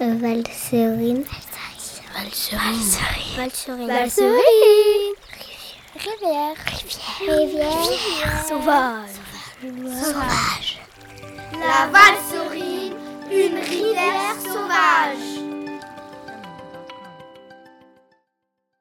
Euh, Valserine. Valserine. Valserine. Valserine. Rivière. Rivière. Rivière. Sauvage. Sauvage. La Valserine, une